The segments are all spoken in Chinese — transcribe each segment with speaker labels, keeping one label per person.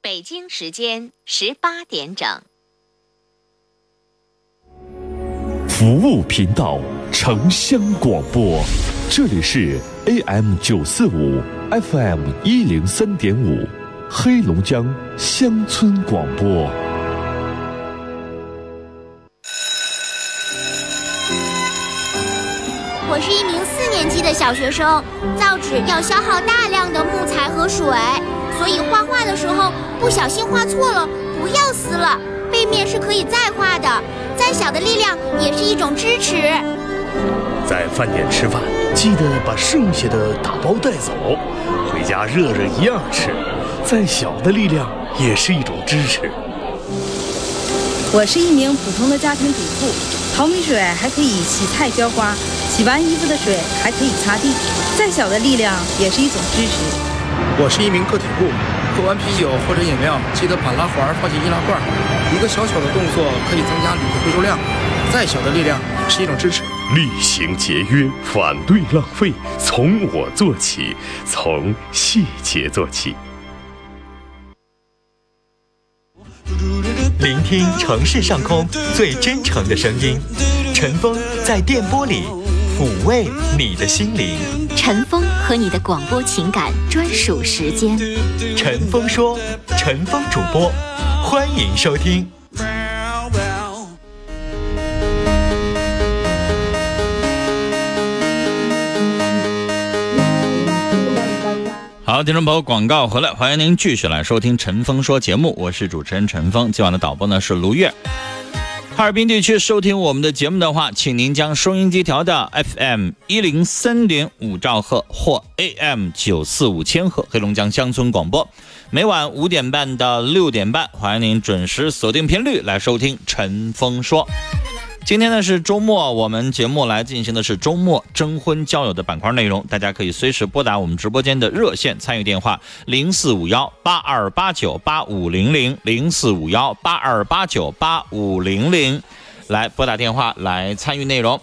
Speaker 1: 北京时间十八点整。
Speaker 2: 服务频道城乡广播，这里是 AM 九四五 FM 一零三点五，黑龙江乡村广播。
Speaker 3: 我是一名四年级的小学生，造纸要消耗大量的木材和水，所以画画的时候不小心画错了，不要撕了，背面是可以再画的。再小的力量也是一种支持。
Speaker 4: 在饭店吃饭，记得把剩下的打包带走，回家热热一样吃。再小的力量也是一种支持。
Speaker 5: 我是一名普通的家庭主妇，淘米水还可以洗菜浇花，洗完衣服的水还可以擦地。再小的力量也是一种支持。
Speaker 6: 我是一名个体户，喝完啤酒或者饮料，记得把拉环放进易拉罐。一个小小的动作可以增加铝的回收量，再小的力量也是一种支持。
Speaker 4: 厉行节约，反对浪费，从我做起，从细节做起。
Speaker 7: 聆听城市上空最真诚的声音，陈峰在电波里抚慰你的心灵。
Speaker 1: 陈峰和你的广播情感专属时间，
Speaker 7: 陈峰说，陈峰主播，欢迎收听。
Speaker 8: 好，听众朋友，广告回来，欢迎您继续来收听《陈峰说》节目，我是主持人陈峰，今晚的导播呢是卢月。哈尔滨地区收听我们的节目的话，请您将收音机调到 FM 一零三点五兆赫或 AM 九四五千赫，黑龙江乡村广播。每晚五点半到六点半，欢迎您准时锁定频率来收听《陈峰说》。今天呢是周末，我们节目来进行的是周末征婚交友的板块内容，大家可以随时拨打我们直播间的热线参与电话零四五幺八二八九八五零零零四五幺八二八九八五零零来拨打电话来参与内容。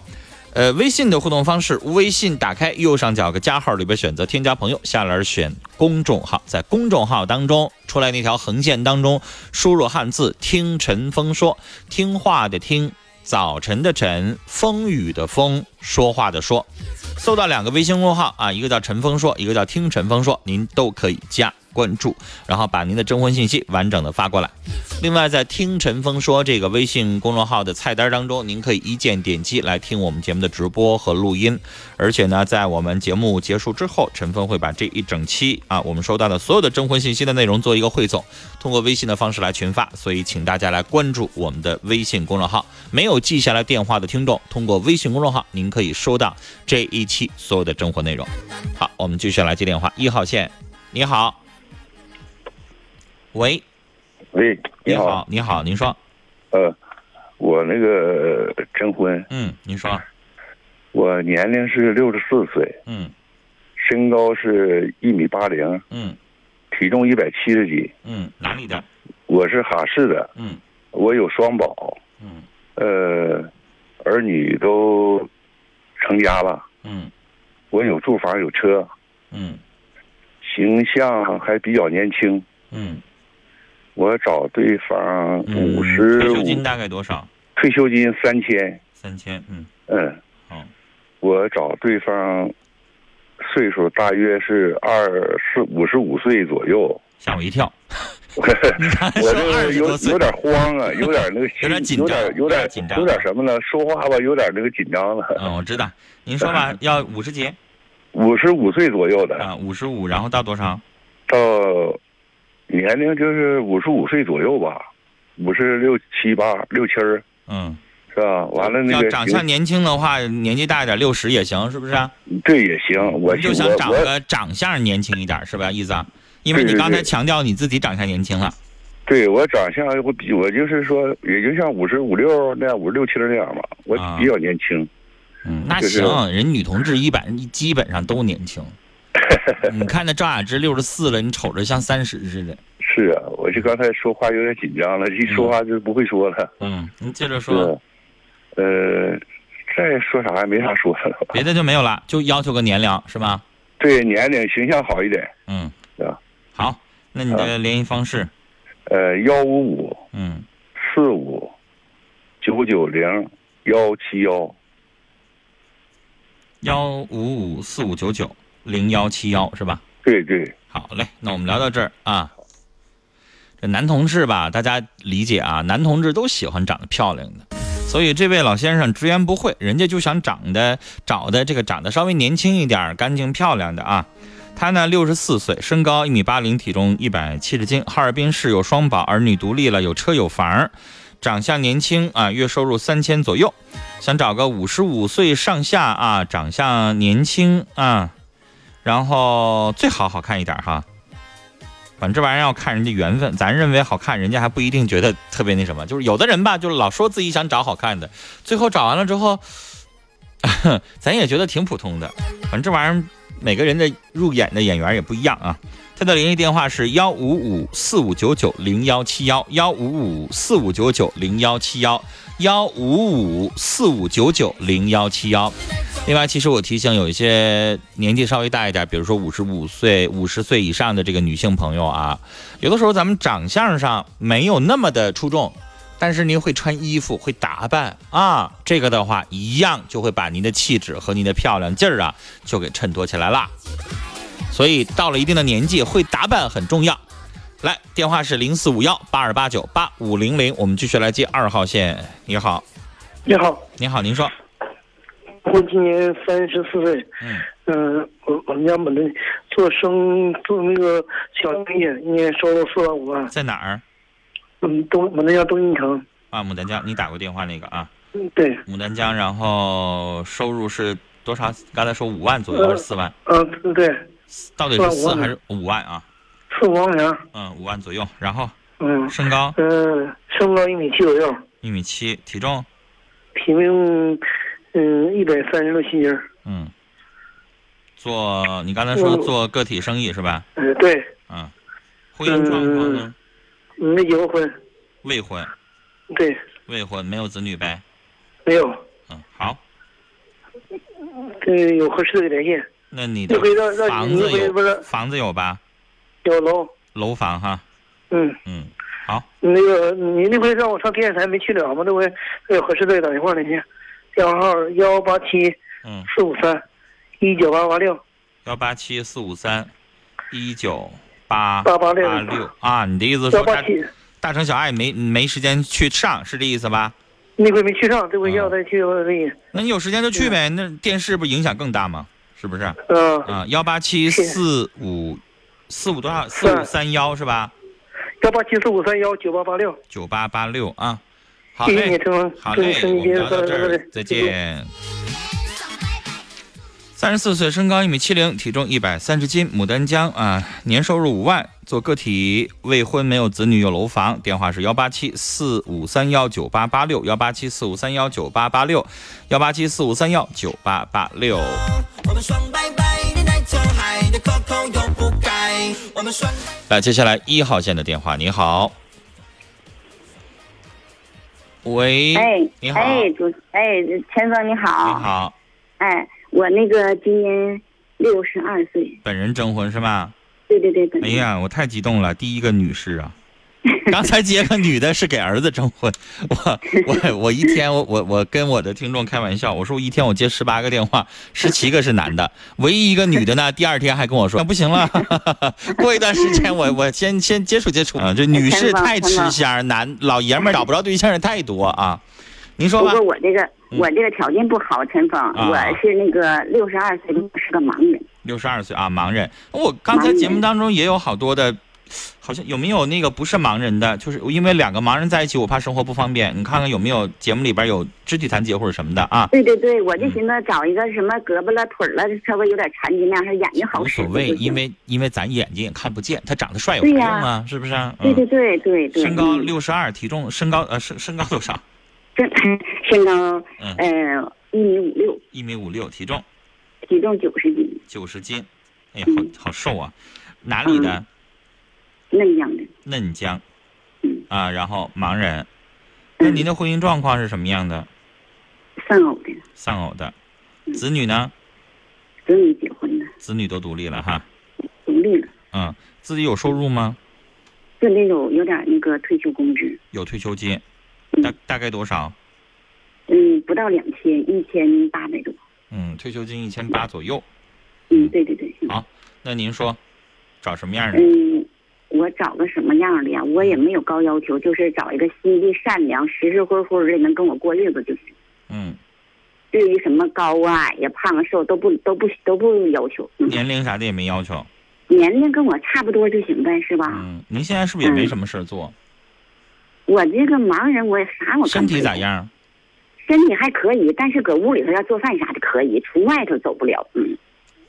Speaker 8: 呃，微信的互动方式，微信打开右上角个加号里边选择添加朋友，下栏选公众号，在公众号当中出来那条横线当中输入汉字“听陈峰说”，听话的听。早晨的晨，风雨的风，说话的说，搜到两个微信公众号啊，一个叫陈峰说，一个叫听陈峰说，您都可以加关注，然后把您的征婚信息完整的发过来。另外，在听陈峰说这个微信公众号的菜单当中，您可以一键点击来听我们节目的直播和录音。而且呢，在我们节目结束之后，陈峰会把这一整期啊我们收到的所有的征婚信息的内容做一个汇总，通过微信的方式来群发。所以，请大家来关注我们的微信公众号。没有记下来电话的听众，通过微信公众号，您可以收到这一期所有的征婚内容。好，我们继续来接电话，一号线，你好，喂，
Speaker 9: 喂，
Speaker 8: 你
Speaker 9: 好，，
Speaker 8: 你好，您说，
Speaker 9: 呃，我那个呃征婚，
Speaker 8: 嗯，您说，
Speaker 9: 我年龄是六十四岁，
Speaker 8: 嗯
Speaker 9: 身高是一米八零，
Speaker 8: 嗯
Speaker 9: 体重一百七十斤，
Speaker 8: 嗯，哪里的？
Speaker 9: 我是哈市的，
Speaker 8: 嗯
Speaker 9: 我有双保，
Speaker 8: 嗯
Speaker 9: 呃，儿女都成家了，
Speaker 8: 嗯
Speaker 9: 我有住房有车，
Speaker 8: 嗯
Speaker 9: 形象还比较年轻，
Speaker 8: 嗯，
Speaker 9: 我找对方
Speaker 8: 嗯
Speaker 9: 五十
Speaker 8: 退休
Speaker 9: 五，
Speaker 8: 金大概多少？
Speaker 9: 退休金三千，
Speaker 8: 三千，嗯，
Speaker 9: 嗯，
Speaker 8: 好，
Speaker 9: 我找对方岁数大约是二四五十五岁左 右，
Speaker 8: 吓我一跳，
Speaker 9: 我
Speaker 8: 说
Speaker 9: 这
Speaker 8: 20
Speaker 9: 有
Speaker 8: 多岁
Speaker 9: 有点慌 啊，有点那个
Speaker 8: 有点紧
Speaker 9: 有
Speaker 8: 张
Speaker 9: 点有
Speaker 8: 有点
Speaker 9: 点
Speaker 8: 紧张
Speaker 9: 有点什么呢？说话吧，有点那个紧张了。
Speaker 8: 嗯，我知道，您说 吧，要五十节嗯
Speaker 9: 五十五岁左右的，
Speaker 8: 啊，五十五，然后到多少？
Speaker 9: 到年龄就是五十五岁左右吧，五十六七八六七儿
Speaker 8: 嗯，
Speaker 9: 是吧？完了那
Speaker 8: 要
Speaker 9: 个
Speaker 8: 长相年轻的话，年纪大一点，六十也行，是不是啊？
Speaker 9: 这也行，我
Speaker 8: 你就
Speaker 9: 我
Speaker 8: 想长
Speaker 9: 我
Speaker 8: 个长相年轻一点，是吧？意思啊？因为
Speaker 9: 对
Speaker 8: 你
Speaker 9: 对
Speaker 8: 刚才
Speaker 9: 对
Speaker 8: 强调你自己长相年轻了，
Speaker 9: 对我长相我比我就是说也就像五十五六那样五十六七那样吧，我
Speaker 8: 啊
Speaker 9: 比较年轻。
Speaker 8: 嗯，那
Speaker 9: 就是
Speaker 8: 行，人女同志一般基本上都 年轻。你看那赵雅芝六十四了，你瞅着像三十似的。
Speaker 9: 是啊，我就刚才说话有点紧张了，一说话就不会说了。
Speaker 8: 嗯，你接着
Speaker 9: 是啊吧
Speaker 8: 说，
Speaker 9: 呃，再说啥也没啥说的了吧。
Speaker 8: 别的就没有了，就要求个年龄是吧？
Speaker 9: 对年龄形象好一点，
Speaker 8: 嗯
Speaker 9: 是吧，啊
Speaker 8: 好，那你的联系方式
Speaker 9: 呃，幺五五
Speaker 8: 嗯，
Speaker 9: 四五九九零幺七幺，
Speaker 8: 幺五五四五九九零幺七幺是吧？
Speaker 9: 对对，
Speaker 8: 好嘞，那我们聊到这儿啊。这男同志吧，大家理解啊，男同志都喜欢长得漂亮的，所以这位老先生直言不讳，人家就想长得找的这个长得稍微年轻一点儿、干净漂亮的啊。他呢，六十四岁，身高一米八零，体重一百七十斤，哈尔滨市有双保，儿女独立了，有车有房儿，长相年轻啊，月收入三千左右，想找个五十五岁上下啊，长相年轻啊，然后最好好看一点哈。反正这玩意儿要看人家缘分，咱认为好看，人家还不一定觉得特别那什么。就是有的人吧，就是老说自己想找好看的，最后找完了之后， 咱也觉得挺普通的。反正这玩意儿，每个人的入眼的眼缘也不一样啊。他的联系电话是幺五五四五九九零幺七幺，幺五五四五九九零幺七幺，幺五五四五九九零幺七幺。另外，其实我提醒有一些年纪稍微大一点，比如说五十五岁、五十岁以上的这个女性朋友啊，有的时候咱们长相上没有那么的出众，但是您会穿衣服、会打扮啊，这个的话一样就会把您的气质和您的漂亮劲儿啊就给衬托起来啦。所以到了一定的年纪，会打扮很重要。来，电话是零四五幺八二八九八五零零，我们继续来接二号线。你好，
Speaker 10: 你好，
Speaker 8: 你好，您说，
Speaker 10: 我今年三十四岁，
Speaker 8: 嗯
Speaker 10: 嗯、我我们家本来做生做那个小生意，一年收入四万五万，
Speaker 8: 在哪儿？
Speaker 10: 嗯，东我们那叫东进城，
Speaker 8: 啊，牡丹江，你打过电话那个啊？
Speaker 10: 嗯，对，
Speaker 8: 牡丹江，然后收入是多少？刚才说五万左右还是四万？
Speaker 10: 嗯、对，
Speaker 8: 到底是
Speaker 10: 四
Speaker 8: 四
Speaker 10: 万
Speaker 8: 还是五万啊？
Speaker 10: 四五万元，
Speaker 8: 嗯，五万左右。然后
Speaker 10: 嗯
Speaker 8: 身高
Speaker 10: 嗯、身高一米七左右，
Speaker 8: 一米七，体重
Speaker 10: 体重嗯一百三十六斤斤儿，
Speaker 8: 嗯，做你刚才说
Speaker 10: 嗯
Speaker 8: 做个体生意是吧？
Speaker 10: 嗯，对，
Speaker 8: 嗯，婚姻状况呢？
Speaker 10: 没结过婚，
Speaker 8: 未婚，
Speaker 10: 对，
Speaker 8: 未婚，没有子女呗？
Speaker 10: 没有，
Speaker 8: 嗯，好，
Speaker 10: 对，有合适的给联系，
Speaker 8: 那你的
Speaker 10: 那回让让
Speaker 8: 房子
Speaker 10: 你回不
Speaker 8: 有
Speaker 10: 是
Speaker 8: 房子有吧？
Speaker 10: 有楼，
Speaker 8: 楼房哈，
Speaker 10: 嗯。
Speaker 8: 嗯，好，
Speaker 10: 那个，你那回让我上电视台没去了吗？那回有合适的打电话来去，电话号幺八七
Speaker 8: 嗯，
Speaker 10: 四五三一九八八六。
Speaker 8: 幺八七四五三一九八
Speaker 10: 886
Speaker 8: 六啊，你的意思
Speaker 10: 幺
Speaker 8: 说
Speaker 10: 八
Speaker 8: 大
Speaker 10: 七
Speaker 8: 大成小爱没没时间去上，是这意思吧？
Speaker 10: 那回没去上，这
Speaker 8: 啊
Speaker 10: 回要再去我再去。
Speaker 8: 那你有时间就去呗，那电视不影响更大吗？是嗯不是？
Speaker 10: 嗯，
Speaker 8: 啊，幺八七四五四五多少？四五三幺是吧？
Speaker 10: 幺八七四五三幺九八八六。
Speaker 8: 九八八六啊，好
Speaker 10: 谢谢你，
Speaker 8: 嘞，
Speaker 10: 陈峰，
Speaker 8: 好
Speaker 10: 祝你
Speaker 8: 嘞，
Speaker 10: 生意
Speaker 8: 我们
Speaker 10: 节
Speaker 8: 聊到
Speaker 10: 快
Speaker 8: 这
Speaker 10: 乐，
Speaker 8: 儿，再。见。三十四岁，身高一米七零，体重一百三十斤，牡丹江啊，年收入五万，做个体，未婚，没有子女，有楼房，电话是幺八七四五三幺九八八六，幺八七四五三幺九八八六，幺八七四五三幺九八八六。
Speaker 11: 我们双拜拜，你带走海的 Coco 又不改，我们双。
Speaker 8: 来，接下来一号线的电话，你好。喂，
Speaker 12: 哎，
Speaker 8: 你好，
Speaker 12: 哎，主，哎，陈总你好，
Speaker 8: 你好，
Speaker 12: 哎，我那个今年六十二岁，
Speaker 8: 本人征婚是吧？
Speaker 12: 对对对，本
Speaker 8: 哎
Speaker 12: 人
Speaker 8: 呀，我太激动了，第一个女士啊， 刚才接个女的是给儿子征婚， 我我我一天我我我跟我的听众开玩笑，我说我一天我接十八个电话，十七个是男的，唯一一个女的呢，第二天还跟我说那不行了， 过一段时间我我先先接触接触啊，这女士太吃香，男老爷们儿找不着对象的太多啊，您说
Speaker 12: 不
Speaker 8: 吧
Speaker 12: 过，我这个、
Speaker 8: 嗯啊
Speaker 12: 我这个条件不好，陈峰，我是那个六十二岁，是个盲人，
Speaker 8: 六十二岁啊，盲人，我刚才节目当中也有好多的。好像有没有那个不是盲人的，就是因为两个盲人在一起，我怕生活不方便。你看看有没有节目里边有肢体残疾或者什么的啊？
Speaker 12: 对对对，我就寻思找一个什么胳膊了腿儿了，稍微有点残疾那样，还眼睛好
Speaker 8: 无
Speaker 12: 使
Speaker 8: 所
Speaker 12: 就
Speaker 8: 谓，因
Speaker 12: 行。
Speaker 8: 为因为咱眼睛也看不见，他长得帅有啥
Speaker 12: 对
Speaker 8: 用
Speaker 12: 呀
Speaker 8: 啊？是不是啊？
Speaker 12: 对
Speaker 8: 嗯
Speaker 12: 对对对对，
Speaker 8: 身高
Speaker 12: 嗯
Speaker 8: 六十二，体重身高呃身身高多少？
Speaker 12: 身嗯身高
Speaker 8: 嗯
Speaker 12: 呃一米五六，
Speaker 8: 一米五六，体重
Speaker 12: 体重九十斤
Speaker 8: 九十斤。哎呀，
Speaker 12: 嗯
Speaker 8: 好好瘦啊！哪里的？
Speaker 12: 那样的。
Speaker 8: 嫩江。
Speaker 12: 嗯
Speaker 8: 啊，然后盲人。那您的婚姻状况是什么样的？
Speaker 12: 丧偶的，
Speaker 8: 丧偶的。子女呢？
Speaker 12: 子女结婚了，
Speaker 8: 子女都独立了哈。
Speaker 12: 独立了，
Speaker 8: 嗯，自己有收入吗？
Speaker 12: 是那种有点那个退休工资，
Speaker 8: 有退休金，大大概多少？
Speaker 12: 嗯，不到两千，一千八百多。
Speaker 8: 嗯，退休金一千八左右。
Speaker 12: 嗯，对对对。
Speaker 8: 好，那您说，找什么样的？
Speaker 12: 嗯，我找个什么样的呀？我也没有高要求，就是找一个心地善良、实实惠惠的，能跟我过日子就行。
Speaker 8: 嗯，
Speaker 12: 至于什么高啊、矮呀、胖啊、瘦都不都不都不要求，嗯
Speaker 8: 年龄啥的也没要求。嗯
Speaker 12: 年龄跟我差不多就行呗，是吧？
Speaker 8: 您现在是不是也没什么事儿做？
Speaker 12: 我这个盲人，我也啥我干
Speaker 8: 身
Speaker 12: 不
Speaker 8: 体
Speaker 12: 了
Speaker 8: 咋？样？
Speaker 12: 身体还可以，但是搁屋里头要做饭啥的可以，出外头走不了。嗯，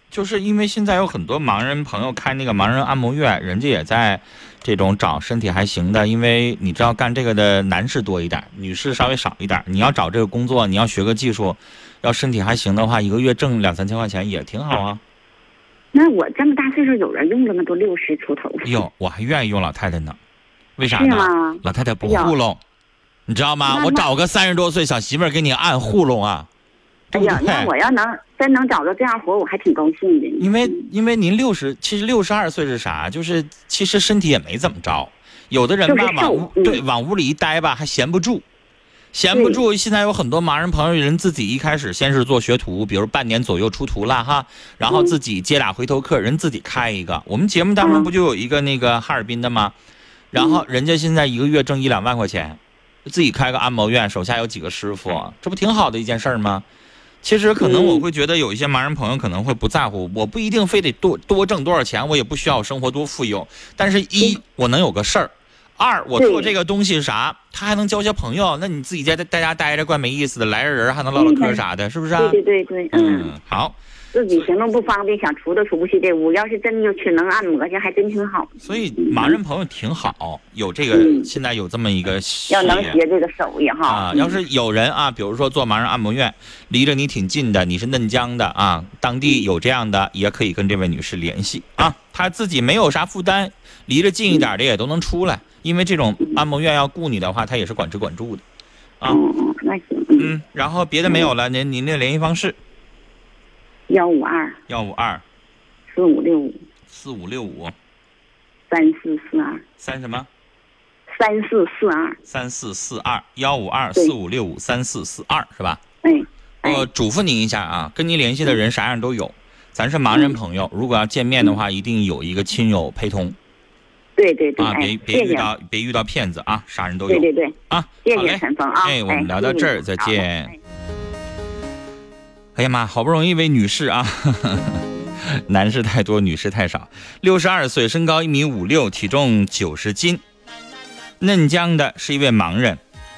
Speaker 8: 就是因为现在有很多盲人朋友开那个盲人按摩院，人家也在这种找身体还行的，因为你知道干这个的男士多一点，女士稍微少一点。你要找这个工作，你要学个技术，要身体还行的话，一个月挣两三千块钱也挺好啊。
Speaker 12: 那我这么大岁数，有人用了吗？都六十出头了。
Speaker 8: 哎呦，我还愿意用老太太呢，为啥
Speaker 12: 是
Speaker 8: 呢
Speaker 12: 吗？
Speaker 8: 老太太不糊弄，你知道吗？
Speaker 12: 那
Speaker 8: 我
Speaker 12: 那
Speaker 8: 找个三十多岁小媳妇儿给你按糊弄啊，
Speaker 12: 哎
Speaker 8: 对不
Speaker 12: 呀，那
Speaker 8: 对
Speaker 12: 我要能真能找着这样活儿，我还挺高兴的。
Speaker 8: 因为因为您六十，其实六十二岁是啥？就是其实身体也没怎么着，有的人
Speaker 12: 就
Speaker 8: 吧
Speaker 12: 是
Speaker 8: 往
Speaker 12: 瘦
Speaker 8: 屋对往屋里一待吧，还闲不住，闲不住。现在有很多盲人朋友，人自己一开始先是做学徒，比如半年左右出徒了哈，然
Speaker 12: 嗯
Speaker 8: 后自己接俩回头客，人自己开一个。我们节目当中不就有一个那个哈尔滨的吗？然
Speaker 12: 嗯
Speaker 8: 后人家现在一个月挣一两万块钱，自己开个按摩院，手下有几个师
Speaker 12: 嗯
Speaker 8: 傅，这不挺好的一件事儿吗？其实可能我会觉得有一些盲人朋友可能会不在乎，我不一定非得多多挣多少钱，我也不需要我生活多富有，但是一我能有个事儿，二我做这个东西是啥，他还能交些朋友，那你自己在在家待着怪没意思的，来个人儿还能唠唠嗑儿啥的，是不是啊？
Speaker 12: 嗯对对对对，嗯，
Speaker 8: 嗯，好。
Speaker 12: 自己行动不方便，想出都出不去这屋。要是真就去能按摩去，还真挺好。
Speaker 8: 所以
Speaker 12: 嗯
Speaker 8: 盲人朋友挺好，有这个现在有这么一个事业
Speaker 12: 要能学这个手艺哈，
Speaker 8: 啊，要是有人啊，比如说做盲人按摩院，离着你挺近的，你是嫩江的啊，当地有这样的，也可以跟这位女士联系啊。她自己没有啥负担，离着近一点的也都能出来，因为这种按摩院要雇你的话，她也是管吃管住的啊。
Speaker 12: 嗯那行，
Speaker 8: 嗯，然后别的没有了，您您的联系方式
Speaker 12: 幺五二
Speaker 8: 幺五二
Speaker 12: 四五六五
Speaker 8: 四五六五
Speaker 12: 三四四二
Speaker 8: 三什么
Speaker 12: 三四四二，
Speaker 8: 三四四二幺五二
Speaker 12: 对
Speaker 8: 四五六五三四四二是吧？
Speaker 12: 哎，嗯
Speaker 8: 我呃嘱咐您一下啊，跟您联系的人啥样都有，咱是盲人朋友，如果要见面的话，一定有一个亲友陪同
Speaker 12: 对对对，
Speaker 8: 啊，
Speaker 12: 哎
Speaker 8: 别，
Speaker 12: 谢
Speaker 8: 别
Speaker 12: 谢
Speaker 8: 遇，到别遇到骗子啊，啥人都有
Speaker 12: 对。对对
Speaker 8: 啊，
Speaker 12: 谢
Speaker 8: 好嘞
Speaker 12: 谢陈峰啊，
Speaker 8: 哎，我们聊到这
Speaker 12: 谢谢
Speaker 8: 儿，再
Speaker 12: 你好
Speaker 8: 见。哎呀妈，好不容易一位女士啊， 男士太多，女士太少。六十二岁，身高一米五六，体重九十斤，嫩江的，是一位盲人，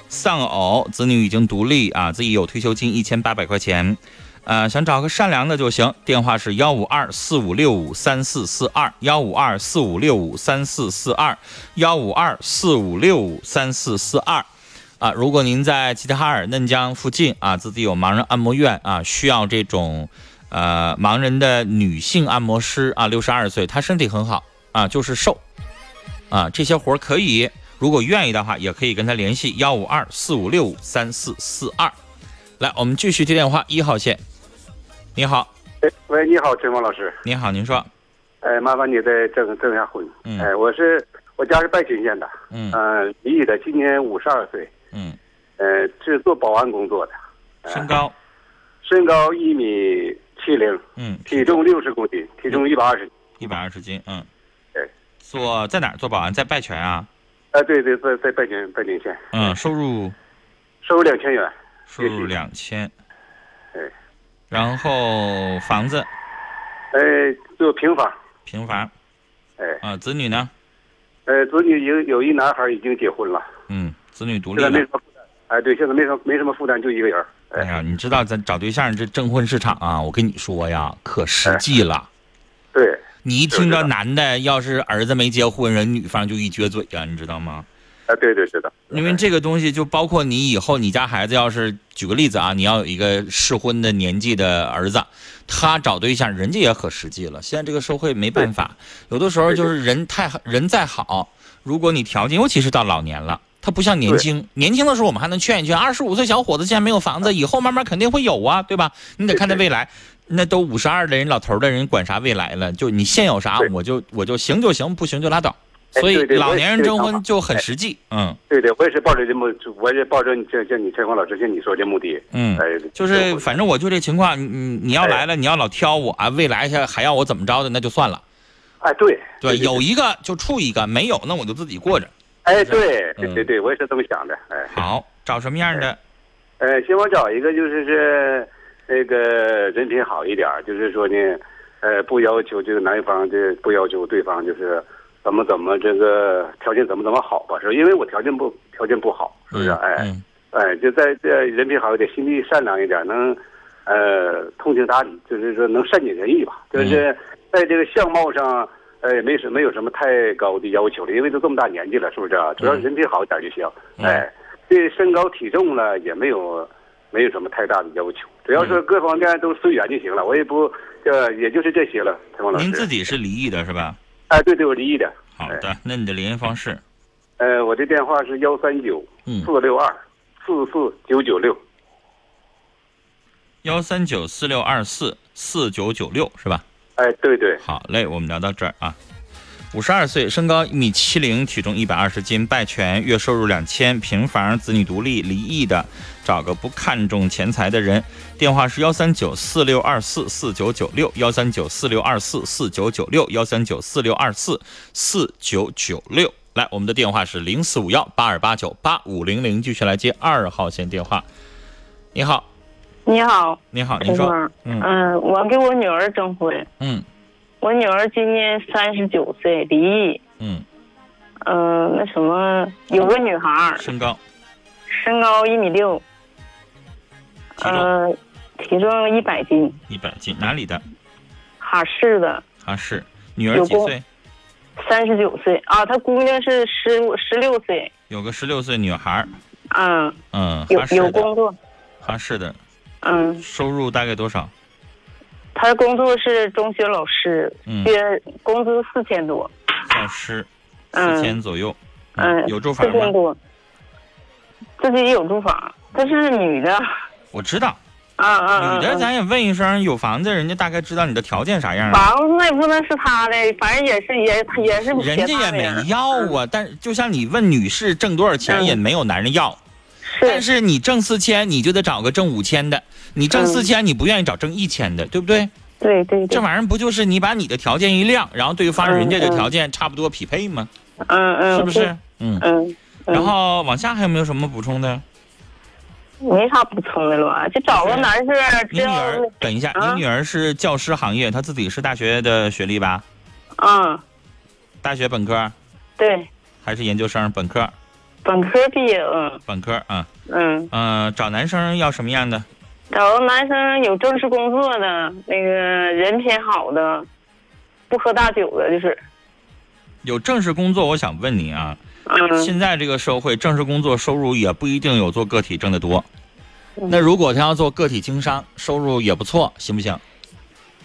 Speaker 8: 丧偶，子女已经独立啊，自己有退休金一千八百块钱。呃，想找个善良的就行。电话是幺五二四五六五三四四二，幺五二四五六五三四四二，幺五二四五六五三四四二。啊，如果您在齐齐哈尔嫩江附近啊，自己有盲人按摩院啊，需要这种呃盲人的女性按摩师啊，六十二岁，她身体很好啊，就是瘦啊，这些活儿可以，如果愿意的话，也可以跟她联系幺五二四五六五三四四二。来，我们继续接电话，一号线。你好，
Speaker 13: 哎，喂，你好，陈峰老师。
Speaker 8: 你好，您说，
Speaker 13: 哎，麻烦你再证证一下婚。
Speaker 8: 嗯
Speaker 13: 哎，我是我家是拜秦县的。
Speaker 8: 嗯
Speaker 13: 呃离异的，今年五十二岁。
Speaker 8: 嗯。
Speaker 13: 呃，是做保安工作的。
Speaker 8: 身高，
Speaker 13: 身高一米七零，
Speaker 8: 嗯，
Speaker 13: 体重六十公斤，体重一百二十。
Speaker 8: 一百二十斤，嗯，
Speaker 13: 对，
Speaker 8: 做在哪儿做保安？在拜泉啊，
Speaker 13: 啊，对对，在在拜秦拜秦县，
Speaker 8: 嗯，收入
Speaker 13: 收入两千元。
Speaker 8: 收入两千，
Speaker 13: 哎，
Speaker 8: 然后房子
Speaker 13: 哎，做平房。
Speaker 8: 平房，
Speaker 13: 哎，
Speaker 8: 啊，子女呢？
Speaker 13: 呃，子女有有一男孩已经结婚了，
Speaker 8: 嗯，子女独
Speaker 13: 现
Speaker 8: 立
Speaker 13: 在没
Speaker 8: 了
Speaker 13: 什。么负担。哎，对，现在没什么没什么负担，就一个人儿。
Speaker 8: 哎呀，你知道咱找对象这征婚市场啊，我跟你说呀，可实际了。
Speaker 13: 哎对，
Speaker 8: 你一听着男的要是儿子没结婚，人女方就一撅嘴呀，你知道吗？
Speaker 13: 啊，对对是的。
Speaker 8: 因为这个东西就包括你以后你家孩子要是举个例子啊，你要有一个适婚的年纪的儿子，他找对象人家也可实际了。现在这个社会没办法，有的时候就是人太人再好，如果你条件，尤其是到老年了。他不像年轻，年轻的时候我们还能劝一劝，二十五岁小伙子现在没有房子，以后慢慢肯定会有啊，对吧？你得看他未来，那都五十二的人，老头儿的人管啥未来了？就你现有啥，我就我就行就行，不行就拉倒。所以
Speaker 13: 哎对对
Speaker 8: 老
Speaker 13: 我也
Speaker 8: 年
Speaker 13: 是
Speaker 8: 人
Speaker 13: 这个
Speaker 8: 征
Speaker 13: 想
Speaker 8: 婚
Speaker 13: 法哎
Speaker 8: 就很实际，嗯，
Speaker 13: 对对，我也是抱着这目，我也抱着你像像你陈峰老师像你说这目的，
Speaker 8: 嗯
Speaker 13: 哎，
Speaker 8: 就是反正我就这情况，你你你要来了，你要老挑我啊，未来还还要我怎么着的，那就算了。
Speaker 13: 哎，对
Speaker 8: 对，有一个就处一个，没有那我就自己过着。
Speaker 13: 哎，对对对
Speaker 8: 嗯
Speaker 13: 对，我也是这么想的，哎，
Speaker 8: 好，找什么样的？
Speaker 13: 呃，先我找一个就是是那个人品好一点儿，就是说呢，呃，不要求这个男方这不要求对方就是怎么怎么这个条件怎么怎么好吧，是吧因为我条件不条件不好，
Speaker 8: 是啊不是？
Speaker 13: 哎，哎，就在这人品好一点，心地善良一点，能呃通情达理，就是说能善解人意吧。
Speaker 8: 嗯
Speaker 13: 就是在这个相貌上，呃，也没什没有什么太高的要求了，因为都这么大年纪了，是不是啊？主要人品好一点就行。
Speaker 8: 嗯
Speaker 13: 哎，对身高体重呢，也没有没有什么太大的要求，只要是各方面都随缘就行了。我也不呃，也就是这些了，陈光老师。
Speaker 8: 您自己是离异的是吧？
Speaker 13: 哎，对对，我离异的。
Speaker 8: 好的，那你的联系方式，
Speaker 13: 呃，我的电话是幺三九
Speaker 8: 嗯，
Speaker 13: 四六二四四九九六。
Speaker 8: 幺三九四六二四四九九六是吧？
Speaker 13: 哎，对对。
Speaker 8: 好嘞，我们聊到这儿啊。五十二岁，身高一米七零，体重一百二十斤，败犬，月收入两千，平房，子女独立，离异的，找个不看重钱财的人。电话是幺三九四六二四四九九六，幺三九四六二四四九九六，幺三九四六二四四九九六。来，我们的电话是零四五幺八二八九八五零零，继续来接二号线电话。你好，
Speaker 14: 你好，
Speaker 8: 你好，您
Speaker 14: 陈
Speaker 8: 说
Speaker 14: 峰，，
Speaker 8: 嗯
Speaker 14: 嗯，我给我女儿征婚，
Speaker 8: 嗯
Speaker 14: 我女儿今年三十九岁，离异，
Speaker 8: 嗯，
Speaker 14: 嗯，那什么，有个女孩儿，
Speaker 8: 身高
Speaker 14: 身高一米六，呃，体重一百斤，
Speaker 8: 一百斤，哪里的？
Speaker 14: 嗯哈市的，
Speaker 8: 啊，是女儿几
Speaker 14: 有过
Speaker 8: 岁？
Speaker 14: 三十九岁啊，她姑娘是十十六岁，
Speaker 8: 有个十六岁女孩儿，
Speaker 14: 嗯，
Speaker 8: 嗯，
Speaker 14: 有
Speaker 8: 哈市
Speaker 14: 有
Speaker 8: 的，
Speaker 14: 工作，
Speaker 8: 哈市的，
Speaker 14: 嗯，
Speaker 8: 收入大概多少？
Speaker 14: 她工作是中学老师，
Speaker 8: 嗯
Speaker 14: 月工资四千多，
Speaker 8: 教师，
Speaker 14: 嗯
Speaker 8: 四千左右。
Speaker 14: 嗯，
Speaker 8: 有住房
Speaker 14: 四千
Speaker 8: 吗？
Speaker 14: 多，自己有住房，这是女的，
Speaker 8: 我知道，
Speaker 14: 啊啊啊！
Speaker 8: 女的咱
Speaker 14: 啊
Speaker 8: 也问一声，有房子人家大概知道你的条件啥样啊？
Speaker 14: 房子那也不能是她的，反正也是也也是
Speaker 8: 人家也没要啊，但是就像你问女士挣多少钱，
Speaker 14: 嗯
Speaker 8: 也没有男人要。但是你挣四千，你就得找个挣五千的；你挣
Speaker 14: 嗯
Speaker 8: 四千，你不愿意找挣一千的，对不对？
Speaker 14: 对对对，
Speaker 8: 这玩意儿不就是你把你的条件一亮，然后对方人家的
Speaker 14: 嗯嗯
Speaker 8: 条件差不多匹配吗？
Speaker 14: 嗯嗯，
Speaker 8: 是不是？嗯
Speaker 14: 嗯，嗯
Speaker 8: 然后往下还有没有什么补充的？
Speaker 14: 没啥补充的了吧？就找个男士，只
Speaker 8: 你女
Speaker 14: 要
Speaker 8: 儿，等一下，
Speaker 14: 啊
Speaker 8: 你女儿是教师行业，她自己是大学的学历吧？
Speaker 14: 嗯，
Speaker 8: 大学本科
Speaker 14: 对，
Speaker 8: 还是研究生？本科，
Speaker 14: 本科毕业，嗯
Speaker 8: 本科啊。
Speaker 14: 嗯，
Speaker 8: 嗯、呃找男生要什么样的？
Speaker 14: 找个男生有正式工作的，那个人品好的，不喝大酒的，就是，
Speaker 8: 有正式工作，我想问你啊，
Speaker 14: 嗯
Speaker 8: 现在这个社会，正式工作收入也不一定有做个体挣得多。
Speaker 14: 嗯
Speaker 8: 那如果他要做个体经商，收入也不错，行不行？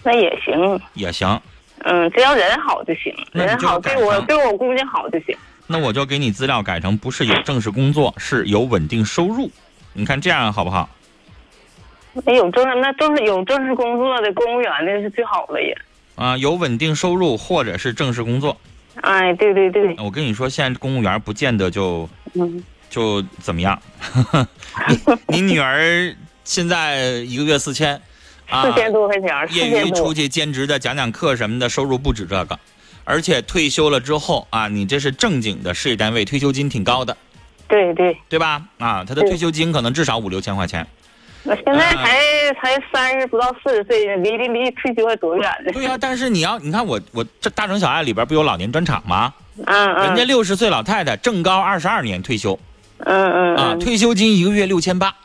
Speaker 14: 那也行，
Speaker 8: 也行。
Speaker 14: 嗯，只要人好就行，
Speaker 8: 那你
Speaker 14: 人
Speaker 8: 就
Speaker 14: 好对我
Speaker 8: 赶上
Speaker 14: 对我姑娘好就行。
Speaker 8: 那我就给你资料改成不是有正式工作，是有稳定收入。你看这样好不好？
Speaker 14: 那有正式那正式有正式工作的公务员的是最好的也。
Speaker 8: 啊、有稳定收入或者是正式工作。
Speaker 14: 哎，对对对，
Speaker 8: 我跟你说，现在公务员不见得就
Speaker 14: 嗯，
Speaker 8: 就怎么样。 你你女儿现在一个月四千，啊，
Speaker 14: 四千多块钱，四
Speaker 8: 业
Speaker 14: 千
Speaker 8: 余出
Speaker 14: 多。
Speaker 8: 去兼职的讲讲课什么的，收入不止这个。而且退休了之后啊，你这是正经的事业单位，退休金挺高的，
Speaker 14: 对对，
Speaker 8: 对吧？啊，他的
Speaker 14: 对
Speaker 8: 退休金可能至少五六千块钱。
Speaker 14: 那现在
Speaker 8: 啊
Speaker 14: 才、才三十不到四十岁，离离离退休还多远 呢？
Speaker 8: 对呀、但是你要你看我我这大城小爱里边不有老年专场吗？
Speaker 14: 嗯嗯，
Speaker 8: 人家六十岁老太太正高二十二年退休，
Speaker 14: 嗯嗯
Speaker 8: 啊，
Speaker 14: 嗯
Speaker 8: 退休金一个月六千八，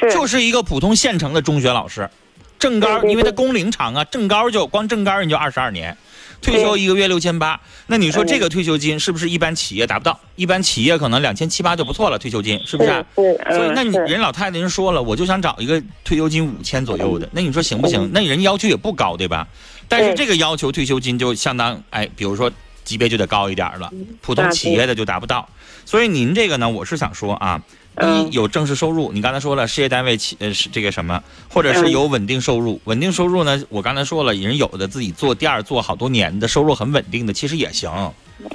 Speaker 14: 是
Speaker 8: 就是一个普通县城的中学老师，正高，因为他工龄长啊，正高就光正高你就二十二年，退休一个月六千八，那你说这个退休金是不是一般企业达不到？一般企业可能两千七八就不错了，退休金是不是啊？
Speaker 14: 对，嗯
Speaker 8: 所以那你
Speaker 14: 是
Speaker 8: 人老太太人说了，我就想找一个退休金五千左右的，那你说
Speaker 14: 嗯
Speaker 8: 行不行？那人要求也不高，对吧？但是这个要求退休金就相当，哎，比如说级别就得高一点儿了，
Speaker 14: 嗯
Speaker 8: 普通企业的就达不到。所以您这个呢，我是想说啊，
Speaker 14: 嗯
Speaker 8: 一有正式收入，你刚才说了，事业单位企呃是这个什么，或者
Speaker 14: 嗯
Speaker 8: 是有稳定收入。稳定收入呢，我刚才说了，人有的自己做店儿做好多年的收入很稳定的，其实也行，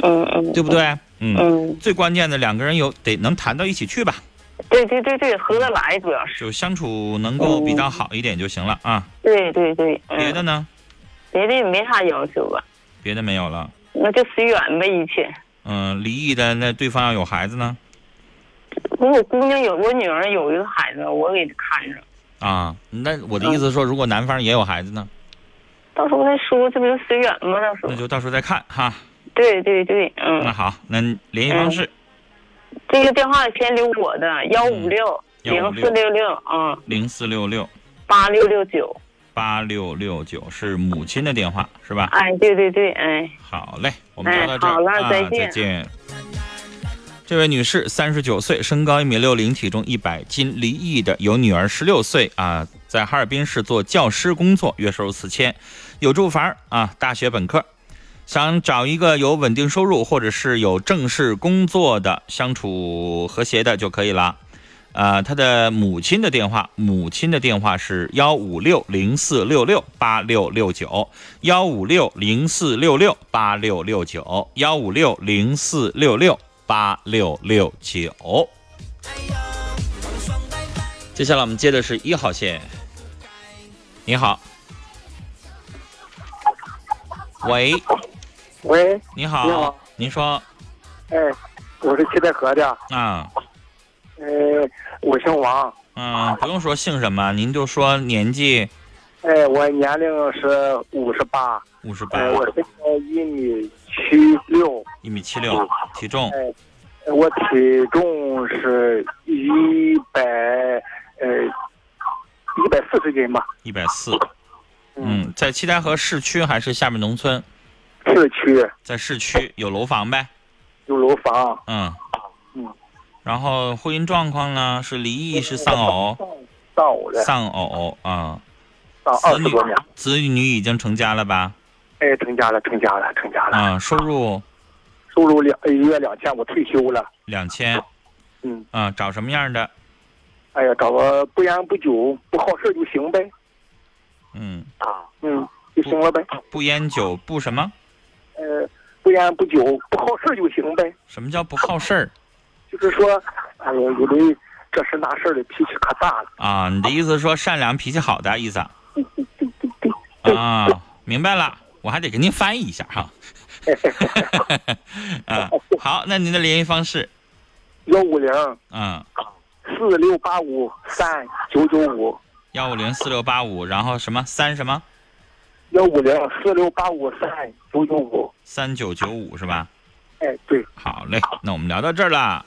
Speaker 14: 嗯嗯，
Speaker 8: 对不对？嗯，最关键的两个人有得能谈到一起去吧，
Speaker 14: 对对对对，合得来主要是。
Speaker 8: 就相处能够比较好一点就行了啊。
Speaker 14: 对对对，嗯
Speaker 8: 别的呢？
Speaker 14: 别的也没啥要求吧，
Speaker 8: 别的没有了。
Speaker 14: 那就随缘呗，一切。
Speaker 8: 嗯，离异的那对方要有孩子呢？
Speaker 14: 我我姑娘有，我女儿有一个孩子，我给她看着，
Speaker 8: 啊，那我的意
Speaker 14: 嗯
Speaker 8: 思是说，如果男方也有孩子呢，
Speaker 14: 到时候再说，这不就随缘吗？到时候。
Speaker 8: 那就到时候再看哈。
Speaker 14: 对对对，嗯。
Speaker 8: 那好，那联系方式
Speaker 14: 这个电话先留我的幺五六嗯零四六六啊
Speaker 8: 零四六六
Speaker 14: 八六六九。
Speaker 8: 八六六九是母亲的电话是吧？
Speaker 14: 哎，对对对，哎，
Speaker 8: 好嘞，我们聊到这儿，
Speaker 14: 哎好了
Speaker 8: 啊、
Speaker 14: 再
Speaker 8: 再
Speaker 14: 见
Speaker 8: 见。这位女士，三十九岁，身高一米六零，体重一百斤，离异的，有女儿十六岁啊，在哈尔滨市做教师工作，月收入四千，有住房啊，大学本科，想找一个有稳定收入或者是有正式工作的，相处和谐的就可以了。呃，他的母亲的电话，母亲的电话是幺五六零四六六八六六九，幺五六零四六六八六六九，幺五六零四六六八六六九。接下来我们接的是一号线。你好，喂，
Speaker 15: 喂，
Speaker 8: 你好，
Speaker 15: 你好
Speaker 8: 您说
Speaker 15: 哎，我是七台河的，
Speaker 8: 啊，
Speaker 15: 呃，我姓王，
Speaker 8: 嗯，不用说姓什么，您就说年纪
Speaker 15: 哎，我年龄是五十八，
Speaker 8: 五十八，
Speaker 15: 哎，我身高一米七六，
Speaker 8: 一米七六，体重
Speaker 15: 嗯哎，我体重是一百呃一百四十斤吧，
Speaker 8: 一百四。嗯，在七台河市区还是下面农村？
Speaker 15: 市区
Speaker 8: 在市区有楼房呗。
Speaker 15: 有楼房，
Speaker 8: 嗯
Speaker 15: 嗯。
Speaker 8: 然后婚姻状况呢？是离异，是丧偶，
Speaker 15: 丧偶的，
Speaker 8: 丧偶啊。
Speaker 15: 丧
Speaker 8: 子
Speaker 15: 二
Speaker 8: 女啊
Speaker 15: 十多年，
Speaker 8: 子女已经成家了吧？
Speaker 15: 哎，成家了，成家了，成家了，
Speaker 8: 啊，收入
Speaker 15: 收入两一月两千，我退休了，
Speaker 8: 两千。
Speaker 15: 嗯。
Speaker 8: 啊，找什么样的？
Speaker 15: 哎呀，找个不烟不酒不好事就行呗，
Speaker 8: 嗯，
Speaker 15: 嗯，就行了呗，
Speaker 8: 不烟酒，不什么？
Speaker 15: 呃，不烟不酒不好事就行呗。
Speaker 8: 什么叫不好事儿
Speaker 15: 就是说，哎呀，有的这事那事儿的脾气可大了。
Speaker 8: 啊？你的意思是说善良、脾气好的意思啊？啊，明白了，我还得给您翻译一下哈。 啊，好，那您的联系方式，
Speaker 15: 幺五零
Speaker 8: 嗯，
Speaker 15: 四六八五三九九五，
Speaker 8: 幺五零四六八五，然后什么三什么
Speaker 15: 幺五零四六八五三九九五。
Speaker 8: 三九九五是吧？
Speaker 15: 哎，对，
Speaker 8: 好嘞，那我们聊到这儿啦。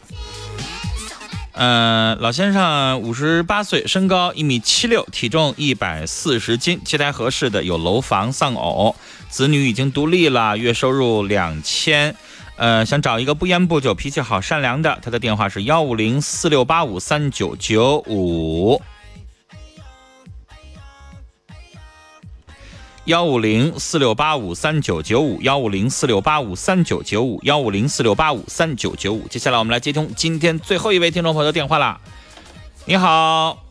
Speaker 8: 呃，老先生五十八岁，身高一米七六，体重一百四十斤，七台河市的，有楼房，丧偶，子女已经独立了，月收入两千。呃，想找一个不烟不酒、脾气好、善良的，他的电话是幺五零四六八五三九九五。幺五零四六八五三九九五，幺五零四六八五三九九五，幺五零四六八五三九九五。接下来我们来接通今天最后一位听众朋友的电话啦。你好，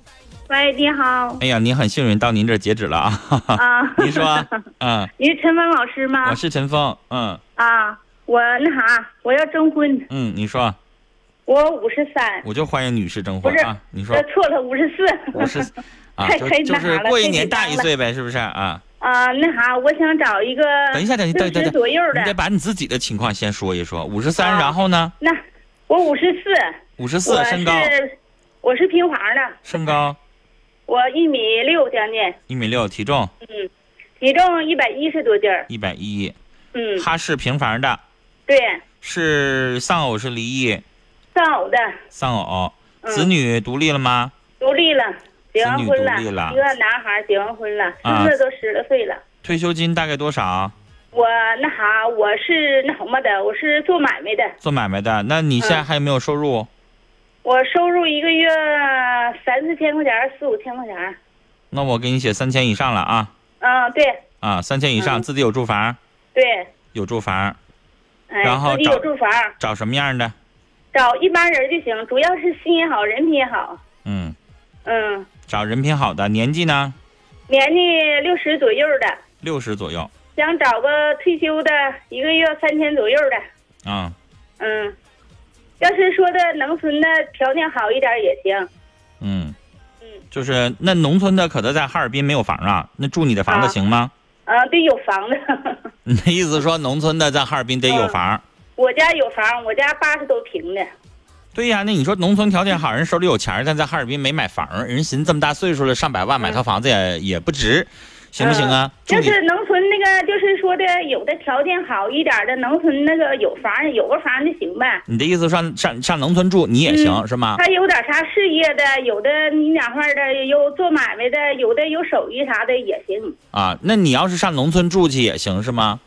Speaker 16: 喂，你好，
Speaker 8: 哎呀，您很幸运到您这儿截止了啊。哈哈
Speaker 16: 啊，
Speaker 8: 您 说，嗯，
Speaker 16: 你是陈芳老师吗？
Speaker 8: 我是陈峰，嗯
Speaker 16: 啊，我那啥，我要征婚，
Speaker 8: 嗯，你说，
Speaker 16: 我五十三，
Speaker 8: 我就欢迎女士征
Speaker 16: 不
Speaker 8: 婚
Speaker 16: 是
Speaker 8: 啊。你说
Speaker 16: 呃，错了，五十四，
Speaker 8: 我是啊，
Speaker 16: 太
Speaker 8: 就
Speaker 16: 太
Speaker 8: 就
Speaker 16: 难
Speaker 8: 是
Speaker 16: 了
Speaker 8: 过一
Speaker 16: 太
Speaker 8: 年
Speaker 16: 紧
Speaker 8: 大
Speaker 16: 张
Speaker 8: 一
Speaker 16: 了
Speaker 8: 岁呗，是不是啊？
Speaker 16: 啊，那啥，我想找一个
Speaker 8: 等一下，等一下，等一下
Speaker 16: 六
Speaker 8: 等
Speaker 16: 十
Speaker 8: 一下，
Speaker 16: 左右
Speaker 8: 你得
Speaker 16: 的，
Speaker 8: 把你自己的情况先说一说。五十三，然后呢？
Speaker 16: 那我五十四，
Speaker 8: 五十四
Speaker 16: 我，
Speaker 8: 身高，
Speaker 16: 是我是平房的，
Speaker 8: 身高
Speaker 16: 我一米六将近，
Speaker 8: 一米六，体重
Speaker 16: 嗯，体重一百一十多斤儿，
Speaker 8: 一百一。
Speaker 16: 嗯，
Speaker 8: 他是平房的，
Speaker 16: 对，
Speaker 8: 是丧偶是离异，
Speaker 16: 丧偶的，
Speaker 8: 丧偶，
Speaker 16: 嗯
Speaker 8: 子女独立了吗？
Speaker 16: 独立了，结
Speaker 8: 子
Speaker 16: 完
Speaker 8: 女
Speaker 16: 婚
Speaker 8: 独
Speaker 16: 了，
Speaker 8: 立了
Speaker 16: 一个男孩结完婚了，
Speaker 8: 啊
Speaker 16: 孙子都十来岁了。
Speaker 8: 退休金大概多少？
Speaker 16: 我那啥，我是那什么的，我是做买卖的，
Speaker 8: 做买卖的，那
Speaker 16: 嗯
Speaker 8: 你现在还有没有收入？
Speaker 16: 我收入一个月三四千块钱，四五千块钱。
Speaker 8: 那我给你写三千以上了啊
Speaker 16: 嗯，对嗯
Speaker 8: 啊，三千以上，自己有住房，
Speaker 16: 对，
Speaker 8: 有住房，
Speaker 16: 哎，
Speaker 8: 然后
Speaker 16: 自己
Speaker 8: 找
Speaker 16: 有住房，
Speaker 15: 啊
Speaker 8: 找什么样的？
Speaker 16: 找一般人就行，主要是心也好，人品也好。
Speaker 8: 嗯，
Speaker 16: 嗯，
Speaker 8: 找人品好的，年纪呢？
Speaker 16: 年纪六十左右的，
Speaker 8: 六十左右
Speaker 16: 想找个退休的，一个月三千左右的。
Speaker 8: 啊、
Speaker 16: 嗯，要是说的农村的条件好一点也行。
Speaker 8: 嗯，就是那农村的，可能在哈尔滨没有房啊，那住你的房子行吗？
Speaker 16: 啊，得有房子。
Speaker 8: 你的意思说农村的在哈尔滨得有房？
Speaker 16: 我家有房，我家八十多平的。
Speaker 8: 对呀，那你说农村条件好，人手里有钱儿，但在哈尔滨没买房儿，人寻思这么大岁数了，上百万买套房子也、也不值，行不行啊？住
Speaker 16: 嗯就
Speaker 8: 你
Speaker 16: 是农村那个，就是说的，有的条件好一点的，农村那个有房，有个房就行呗。
Speaker 8: 你的意思上上上农村住你也行、
Speaker 16: 嗯
Speaker 8: 是吗？
Speaker 16: 他有点啥事业的，有的你讲话的，有做买卖的，有的有手艺啥的也行。
Speaker 8: 啊，那你要是上农村住去也行是吗？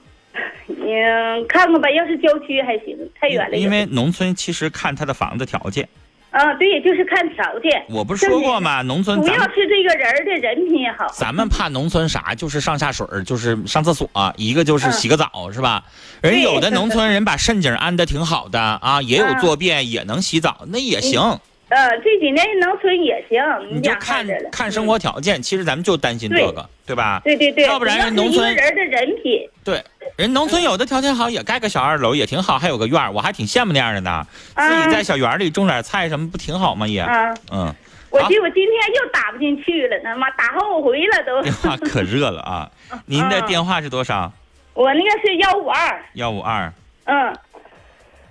Speaker 16: 嗯，看看吧，要是郊区还行，太远了也。
Speaker 8: 因为农村其实看他的房子条件，
Speaker 16: 啊，对，就是看条件。
Speaker 8: 我不是说过吗？农村
Speaker 16: 主
Speaker 8: 咱
Speaker 16: 要
Speaker 8: 们
Speaker 16: 是这个人儿的人品也好。
Speaker 8: 咱们怕农村啥，就是上下水儿，就是上厕所、一个就是洗个澡、是吧？人
Speaker 16: 对
Speaker 8: 有的农村人把瘆井安的挺好的啊，也有
Speaker 16: 嗯
Speaker 8: 坐便，也能洗澡，那也行。
Speaker 16: 呃，这几年农村也行，
Speaker 8: 你就
Speaker 16: 讲话
Speaker 8: 看
Speaker 16: 的了。
Speaker 8: 看生活条件，其实咱们就担心这个，对吧？
Speaker 16: 对对对，
Speaker 8: 要不然人农
Speaker 16: 主要是一
Speaker 8: 村
Speaker 16: 个人的人品。
Speaker 8: 对人农村有的条件好，也盖个小二楼也挺好，还有个院儿，我还挺羡慕那样的呢。自己在小园里种点菜什么，不挺好吗？也，
Speaker 16: 啊
Speaker 8: 嗯，
Speaker 16: 我
Speaker 8: 好
Speaker 16: 记得我今天又打不进去了呢，妈打后悔了都。
Speaker 8: 电话可热了啊！您的电话是多少？
Speaker 16: 我那个是幺五二，
Speaker 8: 幺五二，
Speaker 16: 嗯，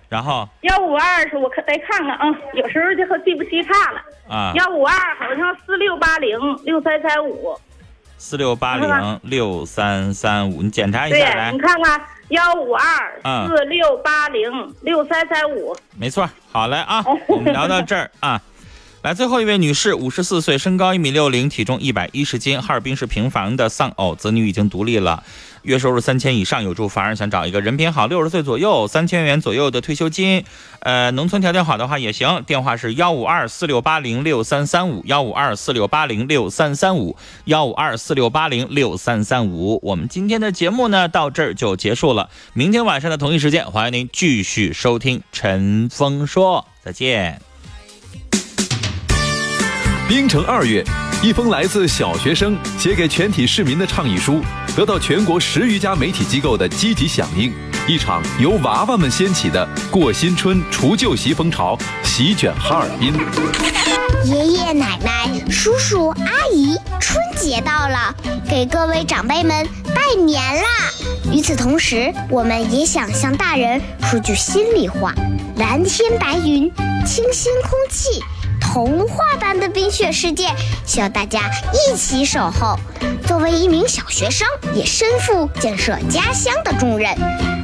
Speaker 8: 然后
Speaker 16: 幺五二是我可得看看啊、嗯，有时候就和记不记差了。
Speaker 8: 啊，
Speaker 16: 幺五二好像四六八零六三三五，
Speaker 8: 四六八零六三三五，你检查一
Speaker 16: 对
Speaker 8: 下来
Speaker 16: 你，看看幺五二
Speaker 8: 嗯
Speaker 16: 四六八零六三三五，
Speaker 8: 没错。好嘞啊，我们聊到这儿啊。来，最后一位女士，五十四岁，身高一米六零，体重一百一十斤，哈尔滨市平房的丧偶，子女已经独立了，月收入三千以上，有住房，想找一个人品好，六十岁左右，三千元左右的退休金，呃，农村条件好的话也行。电话是幺五二四六八零六三三五，幺五二四六八零六三三五，幺五二四六八零六三三五。我们今天的节目呢到这儿就结束了，明天晚上的同一时间，欢迎您继续收听《陈峰说》，再见。
Speaker 17: 冰城二月，一封来自小学生写给全体市民的倡议书，得到全国十余家媒体机构的积极响应。一场由娃娃们掀起的过新春、除旧习风潮席卷哈尔滨。
Speaker 18: 爷爷奶奶、叔叔阿姨，春节到了，给各位长辈们拜年啦！与此同时，我们也想向大人说句心里话：蓝天白云，清新空气，童话般的冰雪世界，需要大家一起守候。作为一名小学生，也身负建设家乡的重任。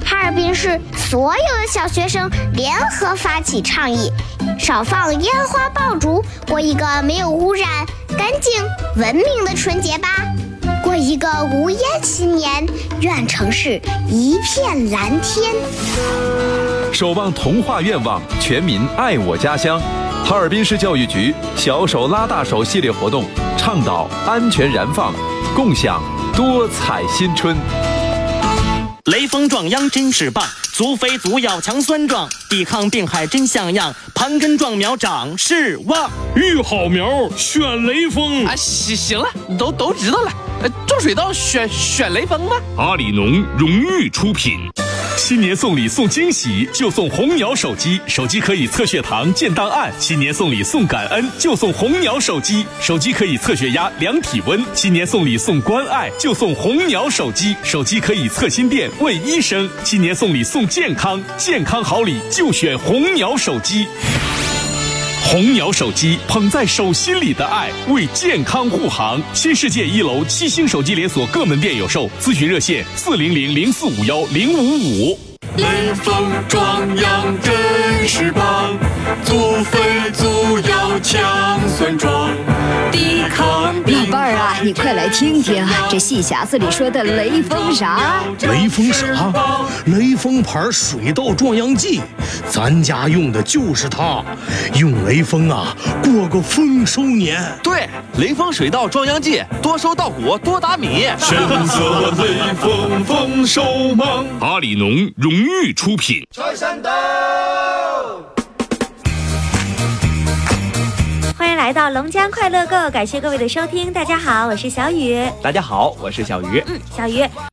Speaker 18: 哈尔滨市所有的小学生联合发起倡议，少放烟花爆竹，过一个没有污染、干净、文明的春节吧，过一个无烟新年。愿城市一片蓝天。
Speaker 17: 守望童话愿望，全民爱我家乡。哈尔滨市教育局“小手拉大手”系列活动倡导安全燃放，共享多彩新春。
Speaker 19: 雷锋壮秧真是棒，足肥足要强酸壮，抵抗病害真像样，盘根壮苗长势旺。育好苗，选雷锋。啊，行行了，都都知道了。种水稻选选雷锋吧。
Speaker 20: 阿里农荣誉出品。新年送礼送惊喜，就送红鸟手机，手机可以测血糖、建档案；新年送礼送感恩，就送红鸟手机，手机可以测血压、量体温；新年送礼送关爱，就送红鸟手机，手机可以测心电、问医生；新年送礼送健康，健康好礼就选红鸟手机。红鸟手机捧在手心里的爱，为健康护航。新世界一楼七星手机连锁各门店有售，咨询热线四零零零四五幺零五五。
Speaker 21: 雷锋壮阳真是棒，足肥足要强酸壮，抵抗
Speaker 22: 老伴儿啊，你快来听听这戏匣子里说的雷锋啥？
Speaker 23: 雷锋啥？雷锋牌水稻壮阳剂，咱家用的就是它。用雷锋啊，过个丰收年。对，雷锋水稻壮阳剂，多收稻谷，多打米
Speaker 21: 神色雷锋风
Speaker 20: 强手忙。阿里农荣誉出品。
Speaker 24: 财神到，
Speaker 3: 欢迎来到龙江快乐购，感谢各位的收听。大家好，我是小雨。
Speaker 19: 大家好，我是小鱼。
Speaker 3: 小鱼，